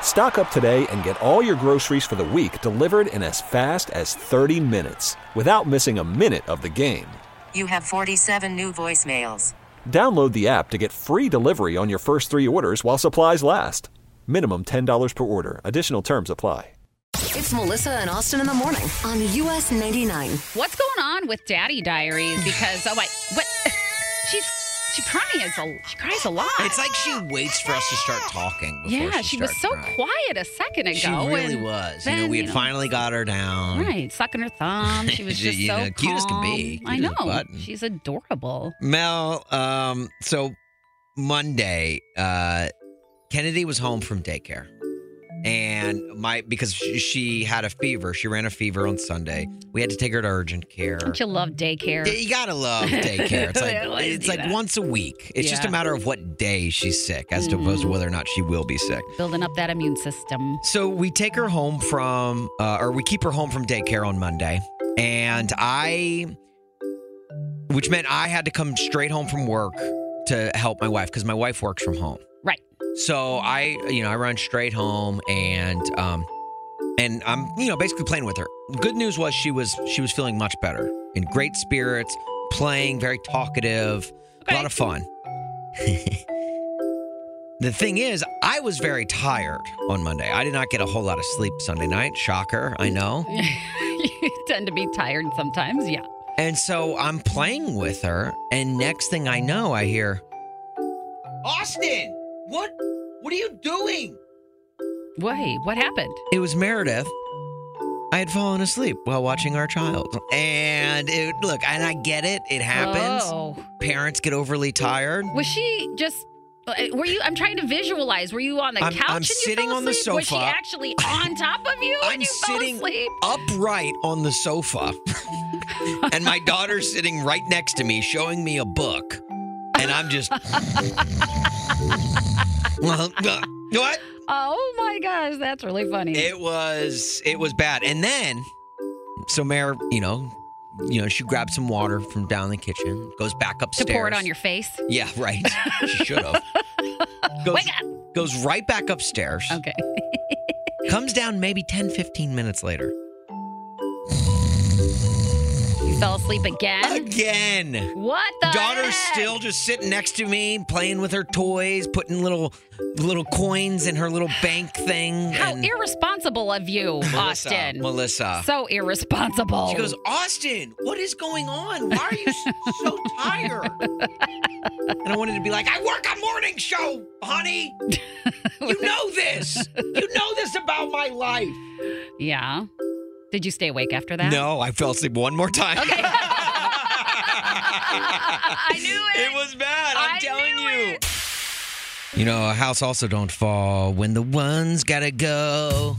Stock up today and get all your groceries for the week delivered in as fast as 30 minutes without missing a minute of the game. You have 47 new voicemails. Download the app to get free delivery on your first three orders while supplies last. Minimum $10 per order. Additional terms apply. It's Melissa and Austin in the morning on US 99. What's going on with Daddy Diaries? Because oh wait, what? She's she cries a she cries a lot. It's like she waits for us to start talking. Before yeah, she, was starts so crying. quiet a second ago. She really and was. Then, you know, we had finally got her down. right sucking her thumb. She was You just know, so cute as can be, calm. I cute as a know button. she's adorable. Mel, um, so Monday, uh, Kennedy was home from daycare, and my because she, she had a fever. She ran a fever on Sunday. We had to take her to urgent care. Don't you love daycare? Yeah, you gotta love daycare. It's like I always it's do like that. once a week. It's just a Yeah. matter of what day she's sick, as Mhm. opposed to whether or not she will be sick. Building up that immune system. So we take her home from, uh, or we keep her home from daycare on Monday. And I, which meant I had to come straight home from work to help my wife because my wife works from home. Right. So I, you know, I run straight home and, um, and I'm, you know, basically playing with her. Good news was she was, she was feeling much better in great spirits, playing, very talkative, a lot Okay. of fun. The thing is, I was very tired on Monday. I did not get a whole lot of sleep Sunday night. Shocker, I know. you tend to be tired sometimes. Yeah. And so I'm playing with her, and next thing I know, I hear, Austin, what, what are you doing? Wait, what happened? It was Meredith. I had fallen asleep while watching our child, and it look, and I get it. It happens. Oh. Parents get overly tired. Was she just? uh, Were you? I'm trying to visualize. Were you on the I'm- couch? I'm and you sitting fell on the asleep? Was she sofa. actually on top of you? I'm and you sitting Fell asleep? upright on the sofa, and my daughter's sitting right next to me, showing me a book, and I'm just. well, uh, what? Oh my gosh, that's really funny. It was it was bad, and then so Mare, you know, you know, she grabbed some water from down in the kitchen, goes back to upstairs pour it on your face. Yeah, right. She should have. goes, Wake up. goes right back upstairs. Okay. Comes down maybe 10, 15 minutes later. You fell asleep again. Again. what the Daughter's heck? still just sitting next to me, playing with her toys, putting little little coins in her little bank thing. How and irresponsible of you, Melissa, Austin. Melissa. So irresponsible. she goes, Austin, what is going on? Why are you s- so tired? And I wanted to be like, I work a morning show, honey. You know this. You know this about my life. Yeah. Did you stay awake after that? No, I fell asleep one more time. I knew it. It was bad. I'm I telling knew you. You know, a house also don't fall when the one's gotta go.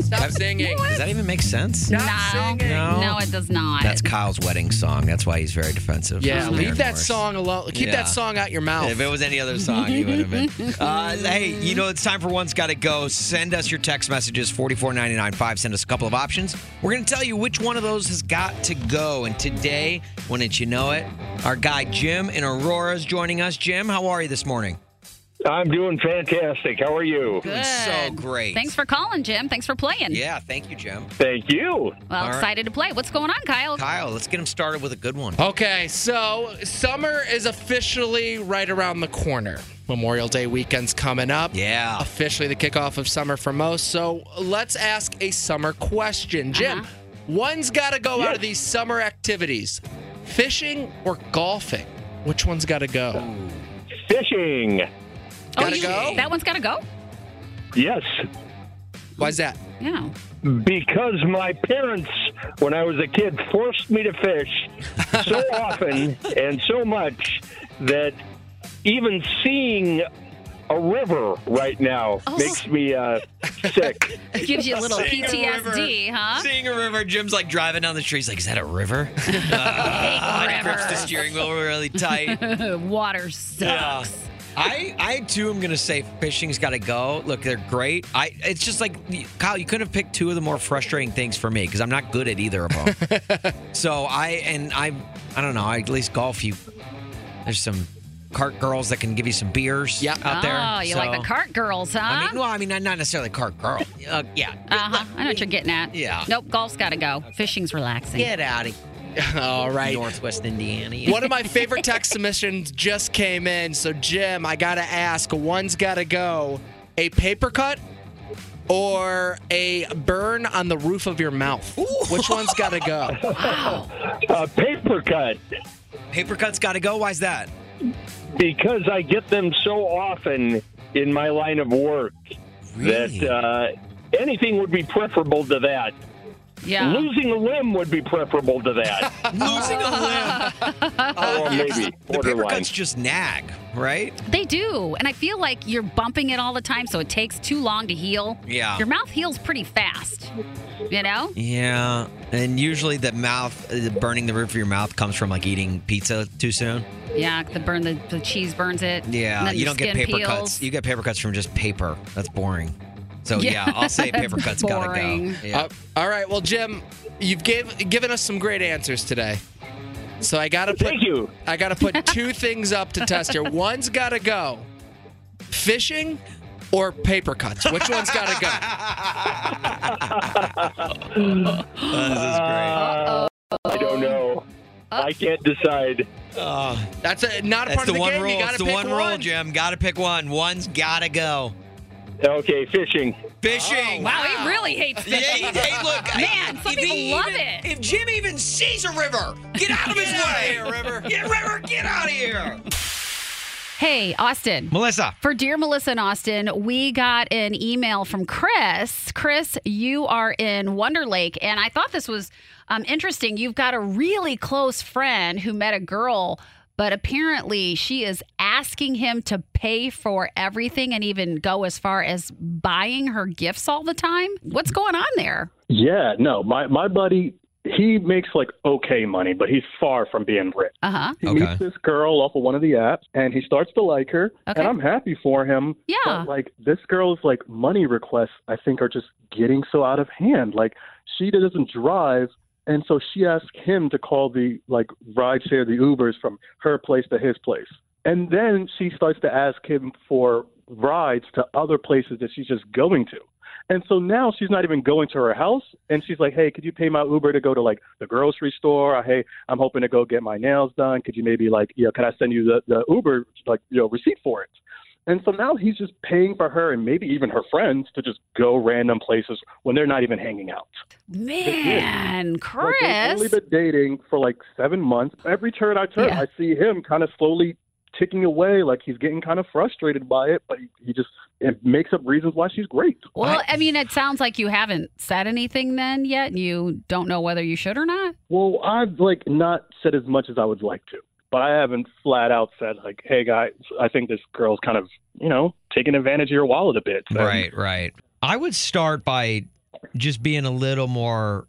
Stop singing. Does that even make sense? No. No. No, it does not. That's Kyle's wedding song. That's why he's very defensive. Yeah, It's Maren leave that Morris. song alone. Keep Yeah. that song out your mouth. If it was any other song, he would have been. Uh, hey, you know, it's time for One's Gotta Go. Send us your text messages, 44995. Send us a couple of options. We're going to tell you which one of those has got to go. And today, when it you know it, our guy Jim in Aurora is joining us. Jim, how are you this morning? I'm doing fantastic. How are you? Doing so Good. great. Thanks for calling, Jim. Thanks for playing. Yeah, thank you, Jim. Thank you. Well, All right. excited to play. What's going on, Kyle? Kyle, let's get him started with a good one. Okay, so summer is officially right around the corner. Memorial Day weekend's coming up. Yeah. Officially the kickoff of summer for most. So let's ask a summer question. Jim, Uh-huh. one's got to go out Yes. of these summer activities fishing or golfing? Which one's got to go? Fishing. oh, Gotta you, go? that one's gotta go. Yes, Why's that? Yeah. because my parents, when I was a kid, forced me to fish so often and so much that even seeing a river right now makes me uh, sick. It gives you a little Seeing a PTSD, river- huh? Seeing a river, Jim's like driving down the street. He's like, "Is that a river?" Ah, Big grips the river. steering wheel really tight. Water sucks. I, I too am gonna say fishing's got to go. Look, they're great. I, it's just like Kyle, you couldn't have picked two of the more frustrating things for me because I'm not good at either of them. so I and I, I don't know. I, at least golf, you there's some cart girls that can give you some beers. Yeah. out there. Oh, you like So- the cart girls, huh? I mean, well, I mean, not necessarily cart girl. Uh, yeah. uh-huh. I know what you're getting at. Yeah. Nope, golf's got to go. Fishing's relaxing. Get out of All right. Northwest Indiana. One of my favorite text submissions just came in. So, Jim, I got to ask one's got to go a paper cut or a burn on the roof of your mouth? Which one's got to go? Wow. A paper cut, paper cuts got to go. Why's that? because I get them so often in my line of work that uh, anything would be preferable to that. Yeah. Losing a limb would be preferable to that. Losing a limb. or maybe The paper borderline. cuts just nag, right? They do. And I feel like you're bumping it all the time, so it takes too long to heal. Yeah. Your mouth heals pretty fast. You know? Yeah, and usually the mouth, the burning the roof of your mouth comes from like eating pizza too soon. Yeah, the burn the, the cheese burns it. Yeah, and then you your don't get skin paper cuts. peels. You get paper cuts from just paper. That's boring. So Yeah, yeah, I'll say paper that's cuts gotta boring. go. Yeah. Uh, all right. Well, Jim, you've gave, given us some great answers today. So, I got to put Thank you. I got to put two things up to test here. One's got to go fishing or paper cuts. Which one's got to go? Oh, Uh, I don't know. I can't decide. That's a, not a part Uh, That's the, of the one game. rule. You got It's to the pick one, one. rule, Jim. Gotta pick one. One's gotta go. Okay, fishing. Fishing. Oh, Ah. Wow, he really hates Yeah, fishing. he- hey, look, Man, I- some if he people love even- it. If Jim even sees a river, get out of his way, river. Get river, get out of here. Hey, Austin. Melissa, For dear Melissa and Austin, we got an email from Chris. Chris, you are in Wonder Lake, and I thought this was um, interesting. You've got a really close friend who met a girl, but apparently she is asking him to pay for everything and even go as far as buying her gifts all the time. What's going on there? Yeah, no, my my buddy, he makes like okay money, but he's far from being rich. Uh huh. He Okay. meets this girl off of one of the apps, and he starts to like her, Okay. and I'm happy for him. Yeah. but, like this girl's like money requests, I think, are just getting so out of hand. Like she doesn't drive, and so she asked him to call the like rideshare, the Ubers from her place to his place, and then she starts to ask him for rides to other places that she's just going to. And so now she's not even going to her house, and she's like, "Hey, could you pay my Uber to go to like the grocery store? Or, hey, I'm hoping to go get my nails done. Could you maybe like, you know, can I send you the, the Uber like you know receipt for it?" And so now he's just paying for her and maybe even her friends to just go random places when they're not even hanging out. Man, Like, they've only Chris. been dating for like seven months. Every turn I turn, Yeah. I see him kind of slowly ticking away, like he's getting kind of frustrated by it, but he, he just it makes up reasons why she's great. Well, I mean, it sounds like you haven't said anything then yet. and You don't know whether you should or not. Well, I've like not said as much as I would like to, but I haven't flat out said like, "Hey, guys, I think this girl's kind of you know taking advantage of your wallet a bit." And Right, right. I would start by just being a little more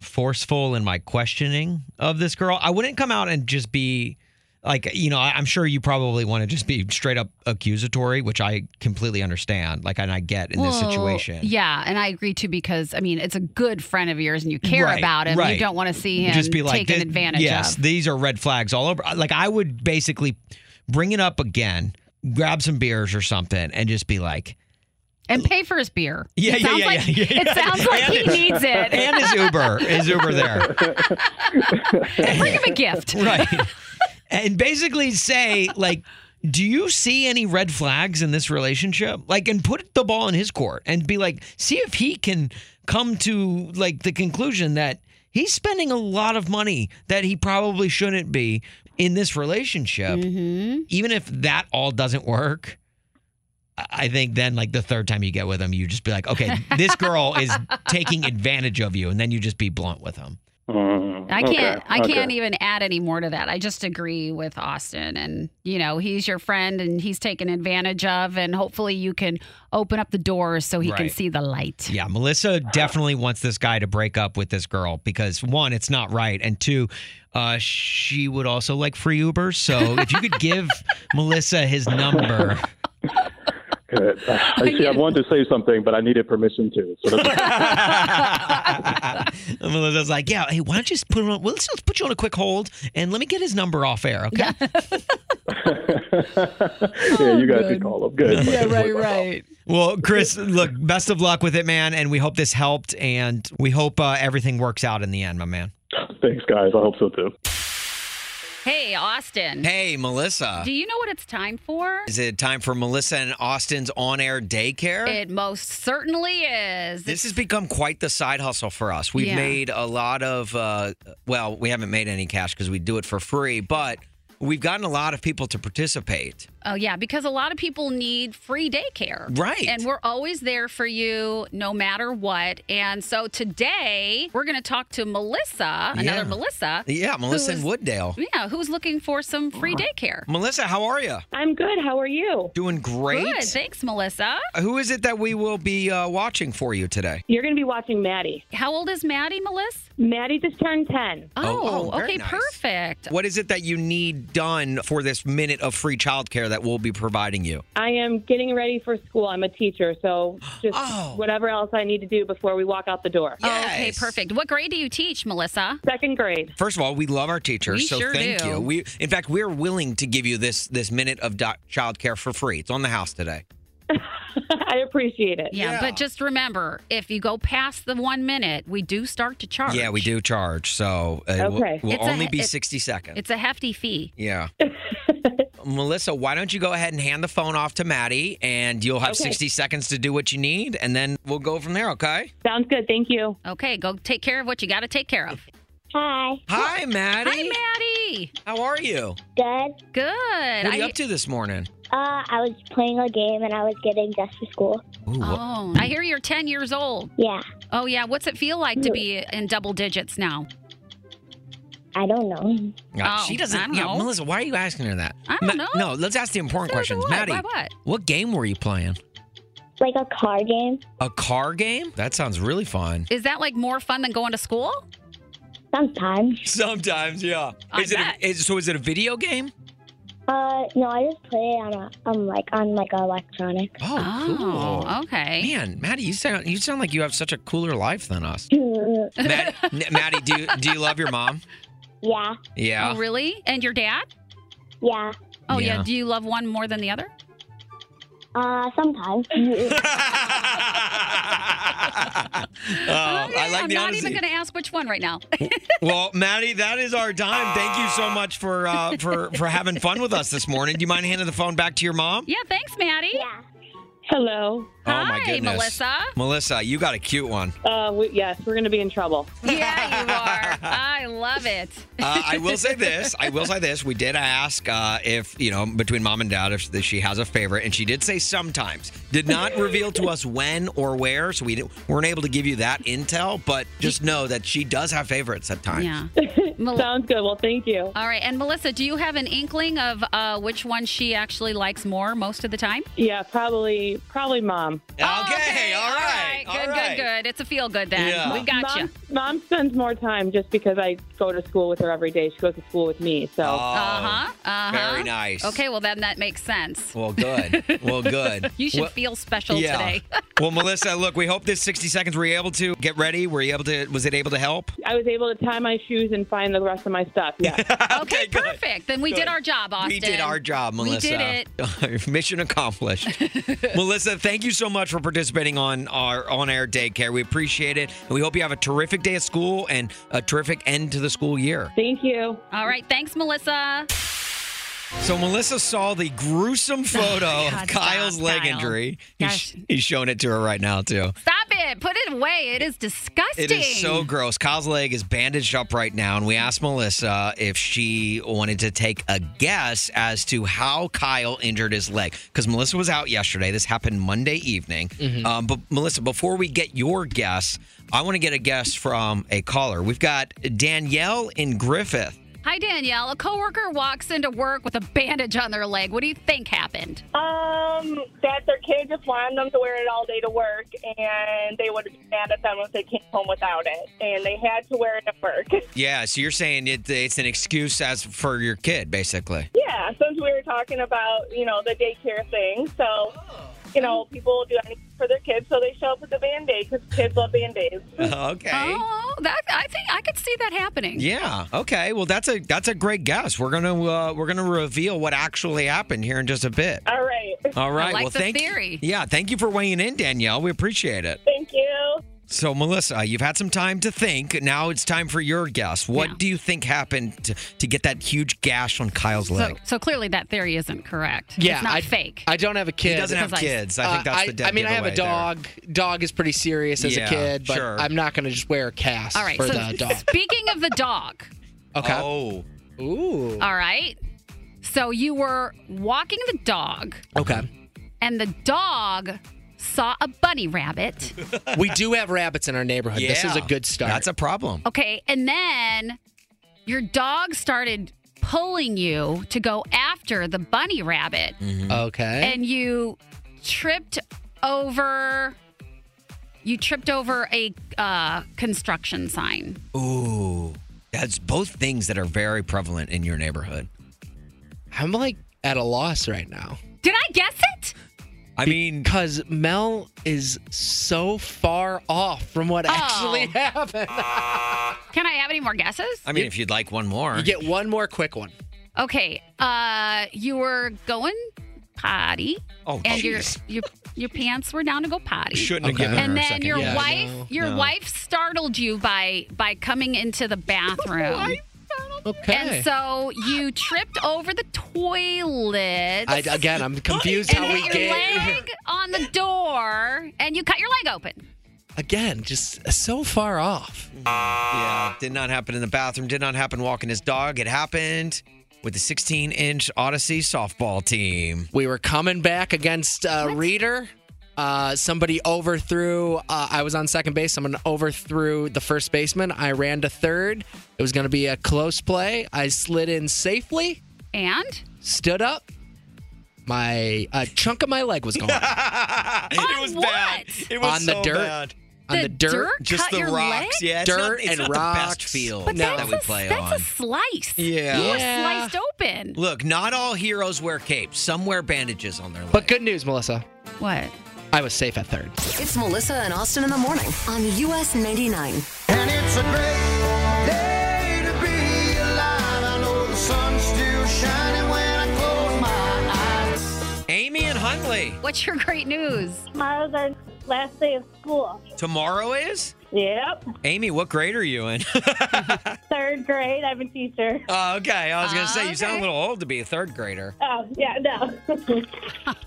forceful in my questioning of this girl. I wouldn't come out and just be like, you know, I- I'm sure you probably want to just be straight up accusatory, which I completely understand, like, and I get in this Well, situation. Yeah, and I agree too because I mean it's a good friend of yours and you care Right, about him. right. You don't want to see him just be like, taken "Thi- advantage yes, of. these are red flags all over. Like, I would basically bring it up again, grab some beers or something, and just be like, And pay for his beer. Yeah, it yeah, sounds yeah, like, yeah, yeah. It sounds like he And- needs it. and is Uber, is Uber there? Bring him a gift. Right. and basically say, like, do you see any red flags in this relationship? Like, and put the ball in his court and be like, see if he can come to like the conclusion that he's spending a lot of money that he probably shouldn't be in this relationship. Even if that all doesn't work, I think then, like the third time you get with him, you just be like, okay, this girl is taking advantage of you, and then you just be blunt with him. Mm, I can't. okay, I okay. can't even add any more to that. I just agree with Austin, and you know he's your friend, and he's taken advantage of, and hopefully you can open up the doors so he can Right. see the light. Yeah, Melissa definitely wants this guy to break up with this girl because one, it's not right, and two, uh, she would also like free Uber. So if you could give Melissa his number, Good. I see. I wanted to say something, but I needed permission to. So that's, And Melissa's like, yeah, hey, why don't you just put him on? Well, let's, let's put you on a quick hold and let me get his number off air, okay? yeah, you guys can call them. Good. right. Well, Chris, look, best of luck with it, man, and we hope this helped, and we hope uh, everything works out in the end, my man. Thanks, guys. I hope so too. Hey, Austin. Hey, Melissa. Do you know what it's time for? Is it time for Melissa and Austin's on air daycare? It most certainly is. This has become quite the side hustle for us. We've Yeah. made a lot of, uh, well, we haven't made any cash because we do it for free, but we've gotten a lot of people to participate. Oh yeah, because a lot of people need free daycare. Right. And we're always there for you no matter what. And so today we're going to talk to Melissa, Yeah. another Melissa. Yeah, Melissa in who's- Wooddale. Yeah, who's looking for some free daycare. Melissa, how are you? I'm good. How are you? Doing great. Good. Thanks, Melissa. Who is it that we will be uh, watching for you today? You're going to be watching Maddie. How old is Maddie, Melissa? Maddie just turned 10. Oh, oh, very okay, nice. perfect. What is it that you need done for this minute of free childcare that we'll be providing you? I am getting ready for school. I'm a teacher, so just Oh. whatever else I need to do before we walk out the door. Okay, Yes. perfect. What grade do you teach, Melissa? Second grade. First of all, we love our teachers, We so sure thank do. you. We, in fact, we're willing to give you this this minute of do- childcare for free. It's on the house today. I appreciate it. Yeah, but just remember, if you go past the one minute, we do start to charge. Yeah, we do charge, so uh, we'll- Okay. we'll, It's a- only be it's- sixty seconds. It's a hefty fee. yeah. Melissa, why don't you go ahead and hand the phone off to Maddie, and you'll have Okay. sixty seconds to do what you need, and then we'll go from there. Okay. Sounds good. Thank you. Okay, go take care of what you got to take care of. Hi. Hi, Maddie. Oh, Hi, Maddie. How are you? Good. Good. What are you I- up to this morning? Uh, I was playing a game and I was getting dressed for school. Ooh, what- Oh, I hear you're 10 years old. Yeah, Oh, yeah. What's it feel like to be in double digits now? I don't know. Uh, Oh, she doesn't. I don't yeah, know. Melissa, why are you asking her that? I don't know. No, let's ask the important So questions. what? Maddie, Why what? game were you playing? Like a car game. A car game? That sounds really fun. Is that like more fun than going to school? Sometimes. Sometimes, yeah. I is it? bet. A, is, so is it a video game? Uh, no, I just play it on a, um, like on like a electronic. Oh, cool. Oh, okay. Man, Maddie, you sound you sound like you have such a cooler life than us. yeah. Mad, N- Maddie, do you, do you love your mom? Yeah. Oh, really? And your dad? Yeah. Oh, yeah. Yeah. Do you love one more than the other? Uh, sometimes. Oh, Okay, I like I'm the not honesty. even going to ask which one right now. Well, Maddie, that is our time. Thank you so much for uh, for for having fun with us this morning. Do you mind handing the phone back to your mom? Oh, yeah, thanks, Maddie. yeah. Hello. Hi, Melissa. Melissa, you got a cute one. Uh, we, yes, we're going to be in trouble. Yeah, you are. I love it. Uh, I will say this. I will say this. We did ask uh, if you know between mom and dad if she has a favorite, and she did say sometimes. Did not reveal to us when or where, so we didn't, weren't able to give you that intel. But just know that she does have favorites at times. Yeah. Mel- Sounds good. Well, thank you. All right. And Melissa, do you have an inkling of uh, which one she actually likes more most of the time? Yeah, probably, probably mom. Oh, Okay, All right. Good, all right. good, good. It's a feel good then. Yeah. We got you. Mom, mom spends more time just because I go to school with her every day. She goes to school with me. So Oh, Uh-huh. Uh-huh. Very nice. Okay, well then that makes sense. Well, good. Well, good. You should Well- feel special today. well, Melissa, look, we hope this 60 seconds were you able to get ready? Were you able to, was it able to help? I was able to tie my shoes and find the rest of my stuff. Yeah. Okay, good. perfect. Then we did our job, Austin. We did our job, Melissa. We did it. Mission accomplished. Melissa, thank you so much for participating on our on air daycare. We appreciate it. And we hope you have a terrific day of school and a terrific end to the school year. Thank you. it. All right, thanks, Melissa. So, Melissa saw the gruesome photo Oh, my God, of Kyle's stop, leg Kyle. injury. He's, Gosh. he's showing it to her right now, too. Stop it. it. Put it away. It is disgusting. It is so gross. Kyle's leg is bandaged up right now, and we asked Melissa if she wanted to take a guess as to how Kyle injured his leg because Melissa was out yesterday. This happened Monday evening. Mhm. Um, but Melissa, before we get your guess, I want to get a guess from a caller. We've got Danielle in Griffith. Hi, Danielle. A coworker walks into work with a bandage on their leg. What do you think happened? Um, that their kid just wanted them to wear it all day to work, and they would have been mad at them if they came home without it, and they had to wear it at work. Yeah, so you're saying it, it's an excuse as for your kid, basically. yeah, since we were talking about you know the daycare thing, so Oh. you know people will do anything for their kids, so they show up with a band aid because kids love band aids. Okay. Oh, that I think I could see that happening. Eh? Yeah. Okay. Well, that's a that's a great guess. We're gonna uh, we're gonna reveal what actually happened here in just a bit. All right. All right. I like well, the thank theory. Yeah. Thank you for weighing in, Danielle. We appreciate it. Thank you. So, Melissa, uh, you've had some time to think. Now it's time for your guess. What do you think happened to, to get that huge gash on Kyle's So, leg? so clearly that theory isn't correct. Yeah, it's not I- fake. I don't have a kid. doesn't have Because kids. I think that's the dead Uh, I mean, I have a giveaway there. dog. Dog is pretty serious as Yeah, a kid, but sure. I'm not going to just wear a cast All right. for so the dog. speaking of the dog, Okay. Oh. Ooh. all right. So you were walking the dog, Okay. and the dog saw a bunny rabbit. we do have rabbits in our neighborhood. This is a Yeah. good start. Oh, That's a problem. Okay, and then your dog started pulling you to go after the bunny rabbit, Mm-hmm. Okay. and you tripped over. You tripped over a uh, construction sign. Ooh. That's both things that are very prevalent in your neighborhood. I'm like at a loss right now. Did I guess it? I mean, because Mel is so far off from Oh. what actually happened. Can I have any more guesses? I mean, if you'd like one more, You get one more quick one. Okay. Uh, you were going potty. Oh, and your, jeez. your your pants were down to go potty. Shouldn't have Okay. given her And a then second your guess. wife, No, your no. wife startled you by by coming into the bathroom. Okay. And so you tripped over the toilet. I, again, I'm confused and how we hit your get leg on the door, and you cut your leg open. again just so far off. Yeah, did not happen in the bathroom. Did not happen walking his dog. It happened with the 16-inch Odyssey softball team. We were coming back against uh, Reader. Uh, somebody overthrew. Uh, I was on second base. Someone overthrew the first baseman. I ran to third. It was going to be a close play. I slid in safely, And stood up. My a chunk of my leg was gone it was bad. It was on the so dirt. bad. On the, The dirt, dirt Just cut the your rocks, leg? yeah, it's dirt not- it's and not the rocks. best field But No. that that's we a, play that's on. a slice. Yeah. You were Yeah. sliced open. Look, not all heroes wear capes. Some wear bandages on their leg. But good news, Melissa. What? I was safe at third. It's Melissa and Austin in the morning on US 99. And it's a great day to be alive. I know the sun's still shining when I close my eyes. Amy and Huntley, What's your great news? Tomorrow's our last day of school. tomorrow is? Yep. Amy, what grade are you in? Third grade. I'm a teacher. oh, okay. I was going to say, you sound a Okay. little old to be a third grader. Oh, yeah, no.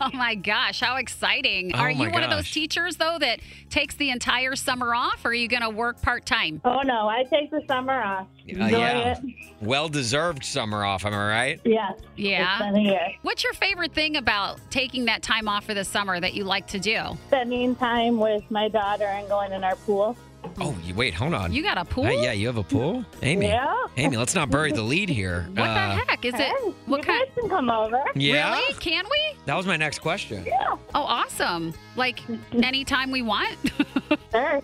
Oh my gosh, how exciting. Oh are you my one of those gosh. teachers though that takes the entire summer off or are you going to work part-time? oh, no. I take the summer off. Uh, yeah. Well deserved summer off, am I right? Yes. It's Yeah. been a year. What's your favorite thing about taking that time off for the summer that you like to do? Spending time with my daughter and going in our pool. Oh, you, wait, hold on. Mm. You got a pool? Hey, yeah, you have a pool? Amy. Yeah. Amy, let's not bury the lead here. Uh, What the heck is Hey, it? What you kind? guys can come over. Yeah. Really? Can we? That was my next question. Oh, awesome. Like anytime we want. Sure.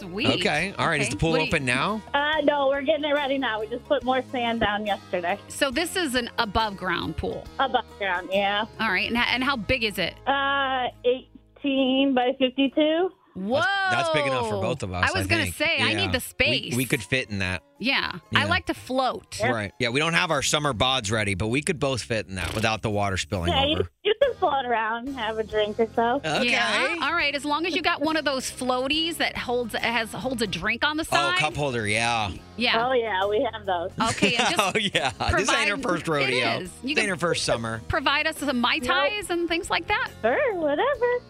Sweet. Okay. All right. Is Okay. the pool What do you- open now? Uh, no, we're getting it ready now. We just put more sand down yesterday. So this is an above ground pool. Above ground, yeah. All right. And, ho- and how big is it? Uh, 18 by 52. Whoa. That's big enough for both of us. I was gonna think. say I Yeah. need the We- space. We, could fit in that. Yeah. I like to float. Right. Yeah, we don't have our summer bods ready, but we could both fit in that without the water spilling Yeah, you, over. you can float around, have a drink or so. Yeah. All right. As long as you got one of those floaties that holds has holds a drink on the Oh, side. cup holder, yeah. Yeah. Oh yeah, we have those. Okay. And just oh yeah. this ain't her provide- first rodeo. It is. You this ain't her first summer. provide us some mai tais and things like that. Sure. Whatever.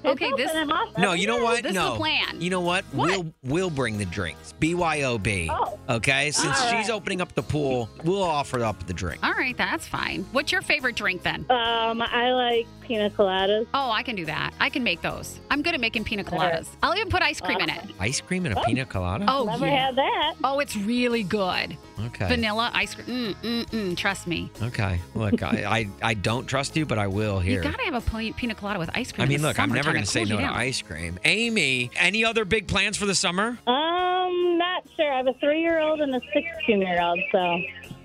Okay. This. No, you know what? This no. is the plan. You know what? We'll we'll bring the drinks. BYOB. Oh. Okay? Since All she's opening up the pool, we'll offer up the drink. All right, that's fine. What's your favorite drink then? Um, I like pina coladas. Oh, I can do that. I can make those. I'm good at making pina coladas. I'll even put ice cream in it. Ice cream and a pina colada? Oh, Never yeah. had that. Oh, it's really good. Okay. Vanilla ice cream. Mm, mm, mm, trust me. Okay. Look, I, I I don't trust you, but I will here. You gotta have a pina, pina colada with ice cream. I in mean, the look, I'm never summertime. going It to say cools no you to down. ice cream. Amy, any other big plans for the summer? Um, not sure. I have a three-year-old and a sixteen-year-old, so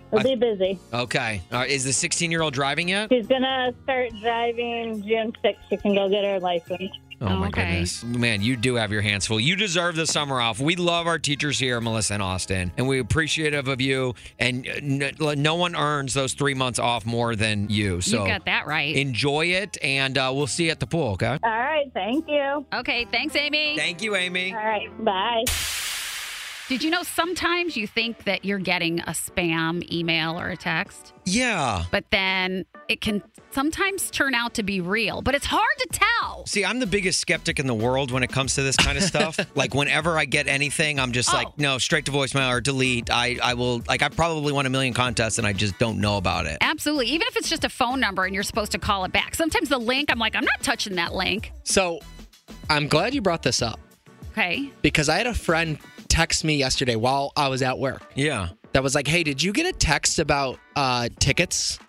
we'll be busy. Okay. Uh, is the 16 year old driving yet? She's gonna start driving June sixth. She can go get her license. Oh, my okay. goodness. Man, you do have your hands full. You deserve the summer off. We love our teachers here, Melissa and Austin, and we're appreciative of you. And no, no one earns those three months off more than you. So you got that right. enjoy it, and uh, we'll see you at the pool, okay? All right. Thank you. Okay. Thanks, Amy. Thank you, Amy. All right. Bye. Did you know sometimes you think that you're getting a spam email or a text, Yeah. but then it can sometimes turn out to be real, but it's hard to tell. See, I'm the biggest skeptic in the world when it comes to this kind of stuff. like, whenever I get anything, I'm just like, no, straight to voicemail or delete. I, I will, like, I probably won a million contests and I just don't know about it. Absolutely. Even if it's just a phone number and you're supposed to call it back. Sometimes the link, I'm like, I'm not touching that link. So I'm glad you brought this up Okay. because I had a friend text me yesterday while I was at work. Yeah. That was like, hey, did you get a text about uh, tickets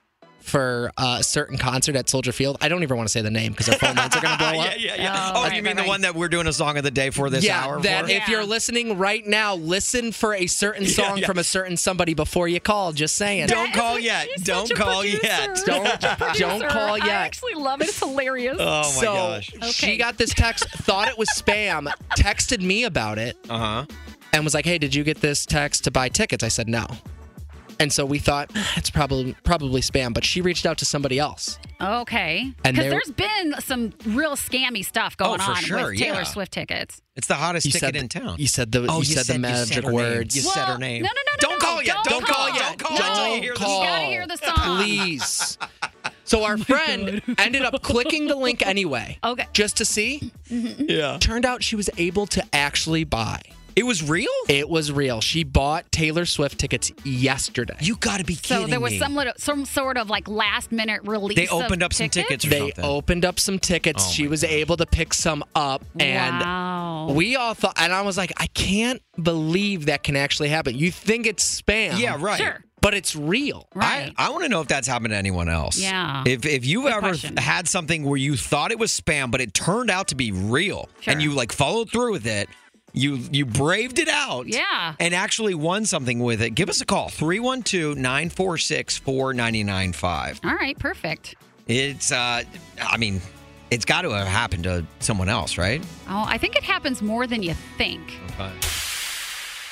for uh, a certain concert at Soldier Field? I don't even want to say the name because our phone lines are going to blow up. yeah, yeah, yeah. Oh, you mean the one that we're doing a song of the day for this yeah, hour? that for? if you're listening right now, listen for a certain song yeah. from a certain somebody before you call. Just saying. Don't call yet. Don't call yet. Don't don't call I yet. actually love it. It's hilarious. Oh, so she got this text, thought it was spam, texted me about it, uh-huh. and was like, "Hey, did you get this text to buy tickets?" I said no, and so we thought "Ah, it's probably probably spam. But she reached out to somebody else. Okay. Because And there- there's been some real scammy stuff Oh, going for on sure, with Taylor yeah. Swift tickets. It's the hottest You ticket said in the- town. you said the- you said the magic her name. words. You said her name. No, no, no, Don't call yet. Don't call Don't yet. Don't call until you hear the call. You gotta hear the song. Oh Please. So our friend ended up clicking the link anyway. Okay. Mm-hmm. Just to see. Yeah. Turned out she was able to actually buy. It was real? It was real. She bought Taylor Swift tickets yesterday. You got to be So there was some little, some sort of like last minute release. They opened of up some tickets. they opened up some Oh tickets. she was able to pick some up, and Wow. we all thought. And I was like, I can't believe that can actually happen. You think it's spam? Yeah, right. Sure. But it's real. I, I want to know if that's happened to anyone else. Yeah. If if you Good ever question. had something where you thought it was spam, but it turned out to be real, and you like followed through with it, you you braved it out. Yeah. And actually won something with it. Give us a call 312 946 4995. All right, perfect. It's, uh, I mean, it's got to have happened to someone else, right? Oh, I think it happens more than you think. Okay.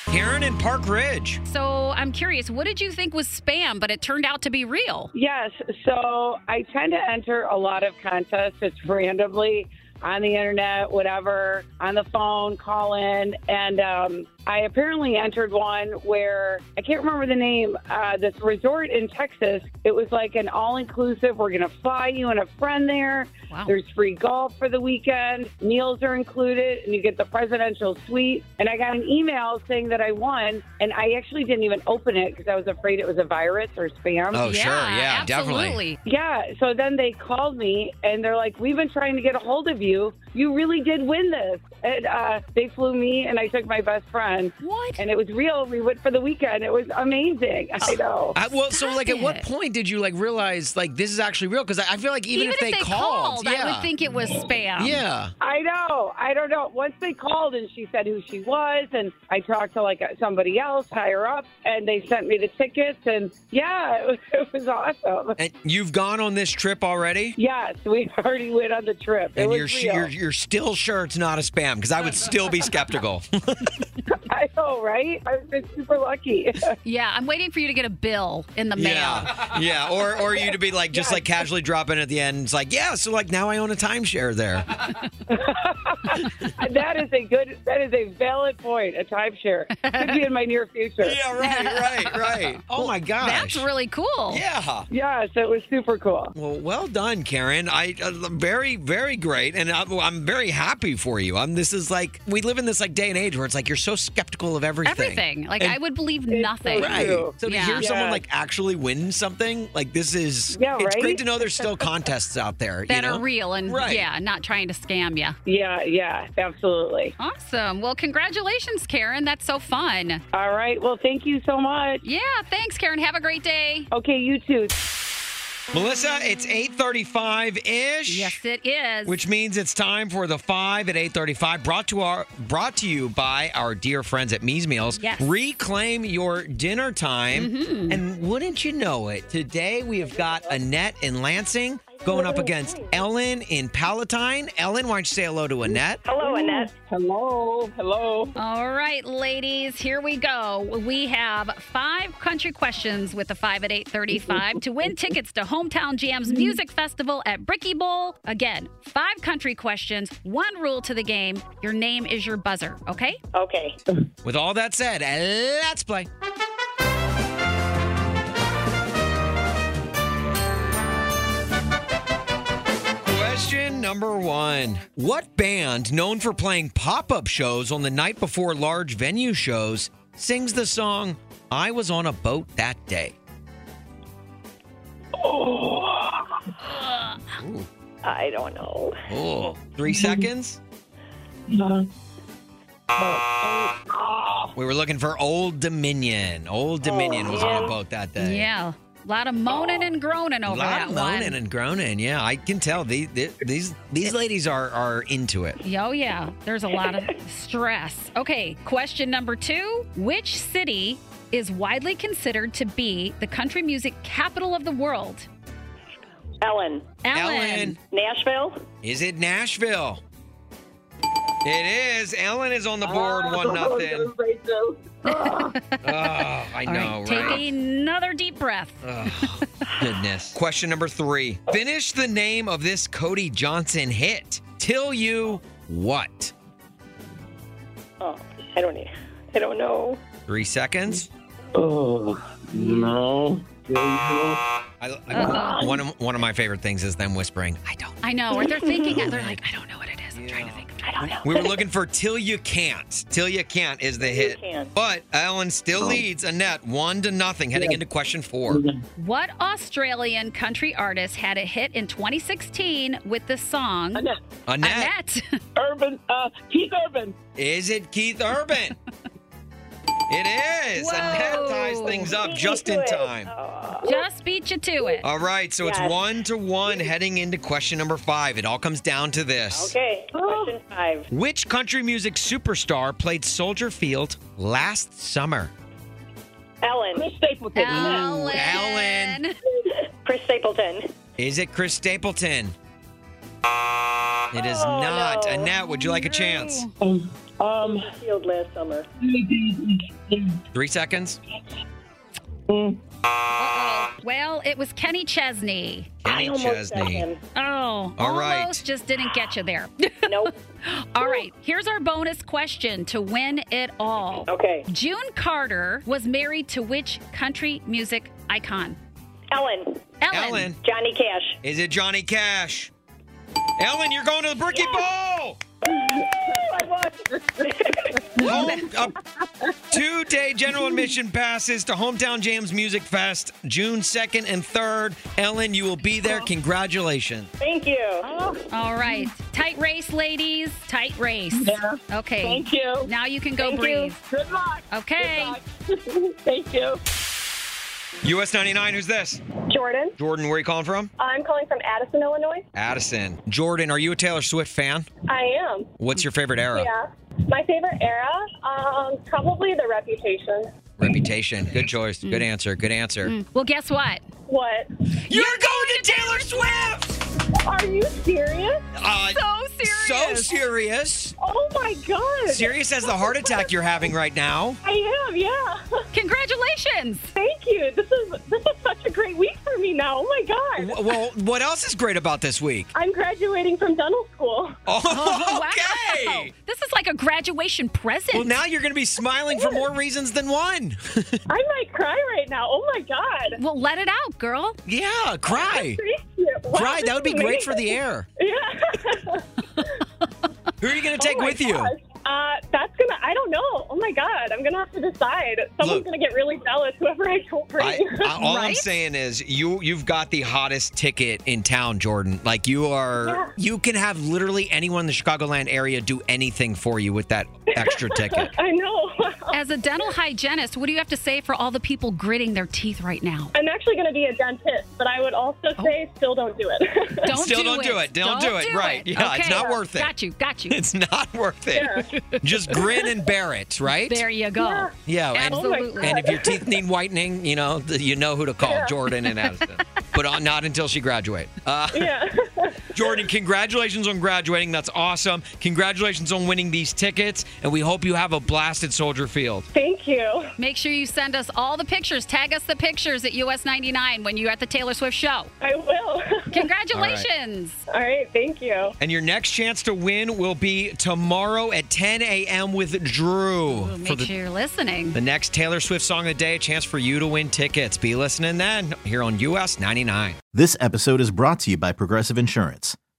Karen in Park Ridge. So I'm curious, what did you think was spam, but it turned out to be real? Yes. So I tend to enter a lot of contests. It's randomly on the internet, whatever, on the phone, call in. And um, I apparently entered one where I can't remember the name, uh, this resort in Texas. It was like an all inclusive, we're going to fly you and a friend there. Wow. There's free golf for the weekend, meals are included, and you get the presidential suite. And I got an email saying that I won, and I actually didn't even open it because I was afraid it was a virus or spam. Oh, sure. Yeah, definitely. Yeah. So then they called me and they're like, "We've been trying to get a hold of you. You really did win this." And uh, they flew me and I took my best friend. What? And it was real. We went for the weekend. It was amazing. I know. I, Uh, well, so like, at what point did you like realize like this is actually real? Because I, I feel like even, Even if they called, I yeah. would think it was spam. Yeah. I know. I don't know. Once they called and she said who she was, and I talked to like somebody else higher up, and they sent me the tickets, and yeah, it was, it was awesome. And you've gone on this trip already? Yes, we already went on the trip. It And was you're, sh- real. you're you're still sure it's not a spam because I would still be skeptical. I know, right? I've been super lucky. Yeah, I'm waiting for you to get a bill in the mail. Yeah, yeah. Or or you to be like just like casually drop in at the end. It's like yeah, so like now I own a timeshare there. that is a good. That is a valid point. A timeshare could be in my near future. Yeah, right, right, right. Oh my gosh, That's really cool. Yeah. Yes, it was super cool. Well, well done, Karen. I uh, very, very great, and I'm, I'm very happy for you. I'm. This is like we live in this like day and age where it's like you're so skeptical of everything. Everything. Like, And- I would believe nothing. Right. So to yeah. hear someone like actually win something, like this is. Yeah, It's right? great to know there's still contests out there. that you know? are real and Right. yeah, not trying to scam you. Yeah, yeah, absolutely. Awesome. Well, congratulations, Karen. That's so fun. All right. Well, thank you so much. Yeah, thanks, Karen. Have a great day. Okay, you too. Melissa, it's 8:35 ish. Yes, it is. Which means it's time for the five at 8:35. Brought to our brought to you by our dear friends at Me's Meals. Yes. Mm-hmm. Reclaim your dinner time. And wouldn't you know it, today we have got Annette in Lansing going up against Ellen in Palatine. Ellen, why don't you say hello to Annette? Hello, Annette. Hello. Hello. All right, ladies, here we go. We have five country questions with the five at 835 to win tickets to Hometown Jam's Music Festival at Bricky Bowl. Again, five country questions, one rule to the game. Your name is your buzzer, okay? Okay. With all that said, let's play. Question number one What band, known for playing pop up shows on the night before large venue shows, sings the song I Was on a Boat That Day? Ooh. I don't know. Oh, three seconds? Uh-huh. We were looking for Old Dominion. Old Dominion was on a man. boat that day. Yeah. A lot of moaning and groaning over a lot Oh, that of moaning one. and groaning. Yeah, I can tell these these these ladies are are into it. Oh, yeah. There's a lot of stress. Okay, question number two Which city is widely considered to be the country music capital of the world? Ellen. Ellen. Nashville. Is it Nashville? It is. Ellen is on the board. One nothing. Oh, I All know, right, right? Take another deep breath. Oh, goodness. Question number three. Finish the name of this Cody Johnson hit. Till you what? Oh, I don't. e- I don't know. Three seconds. Oh, no. I, I, Uh-oh. one of one of my favorite things is them whispering. I don't. I know. Or they're thinking, they're like, I don't know what it is. I'm trying to think. I don't know. We were looking for "Till You Can't." "Till You Can't" Oh. is the hit. But Ellen still leads Annette one to nothing heading into question four. What Australian country artist had a hit in 2016 with the song Annette? Annette, Urban. Uh, Keith Urban. is it Keith Urban? it is. Whoa. Annette ties things up just in time. Just beat you to it. All right, so Yes. it's one to one heading into question number five. It all comes down to this. Okay. Question five. Which country music superstar played Soldier Field last summer? Ellen. Chris Stapleton. Ellen. Ellen. Chris Stapleton. Is it Chris Stapleton? It is not. Annette, would you like a chance? Um. Field last summer. Three seconds. Well, it was Kenny Chesney. Kenny I almost said Chesney. him. Oh, All right. almost just didn't get you there. Nope. all right, here's our bonus question to win it all. Okay. June Carter was married to which country music icon? Ellen. Ellen. Ellen. Johnny Cash. Is it Johnny Cash? Ellen, you're going to the Bricky Bowl! Home, a two-day general admission passes to Hometown Jams Music Fest, June 2nd and 3rd. Ellen, you will be there. Congratulations. Thank you. All right. Tight race, ladies. Tight race. Okay. Thank you. Now you can go Thank you. breathe. Good luck. Okay. Thank you. US 99, who's this? Jordan. Jordan, where are you calling from? I'm calling from Addison, Illinois. Addison. Jordan, are you a Taylor Swift fan? I am. What's your favorite era? Yeah. My favorite era, um, probably the Reputation. Reputation. Good choice. Good answer. Good answer. Well, guess what? What? You're going to Taylor Swift! Are you serious? Uh, so So serious. Oh my god. Serious as the heart attack you're having right now. I am, yeah. Congratulations. Thank you. This is this is such a great week for me now. Oh my god. W- Well, what else is great about this week? I'm graduating from dental school. Oh, Wow. This is like a graduation present. well, now you're going to be smiling for more reasons than one. I might cry right now. Oh my god. Well, let it out, girl. Yeah, cry. Wow, Cry. this That would is be great for the amazing. air. Yeah. Who are you going to take Oh my with you? gosh. Uh, that's gonna. I don't know. Oh my god. I'm gonna have to decide. Someone's Look. gonna get really jealous. Whoever I don't bring. I, I- all I'm Right? saying is you you've got the hottest ticket in town, Jordan. Like you are you can have literally anyone in the Chicagoland area do anything for you with that extra ticket. I know. As a dental hygienist, what do you have to say for all the people gritting their teeth right now? I'm actually gonna be a dentist, but I would also Oh. say still don't do it. Don't Still do don't it. do it. Don't do it. Right. Yeah, it's not worth it. Got you. Got you. It's not worth it. Just grin and bear it, right? There you go. Yeah. Yeah, Oh, and, Absolutely. and if your teeth need whitening, you know th- you know who to call, Yeah. Jordan and Addison. but on, not until she graduates. Uh, yeah. Jordan, congratulations on graduating. That's awesome. Congratulations on winning these tickets, and we hope you have a blast at Soldier Field. Thank you. Make sure you send us all the pictures. Tag us the pictures at US 99 when you're at the Taylor Swift show. I will. Congratulations. All right. Thank you. And your next chance to win will be tomorrow at 10 a.m. with Drew We'll for make the, sure you're listening. the next Taylor Swift song a day. A chance for you to win tickets. Be listening then here on US 99. This episode is brought to you by Progressive Insurance.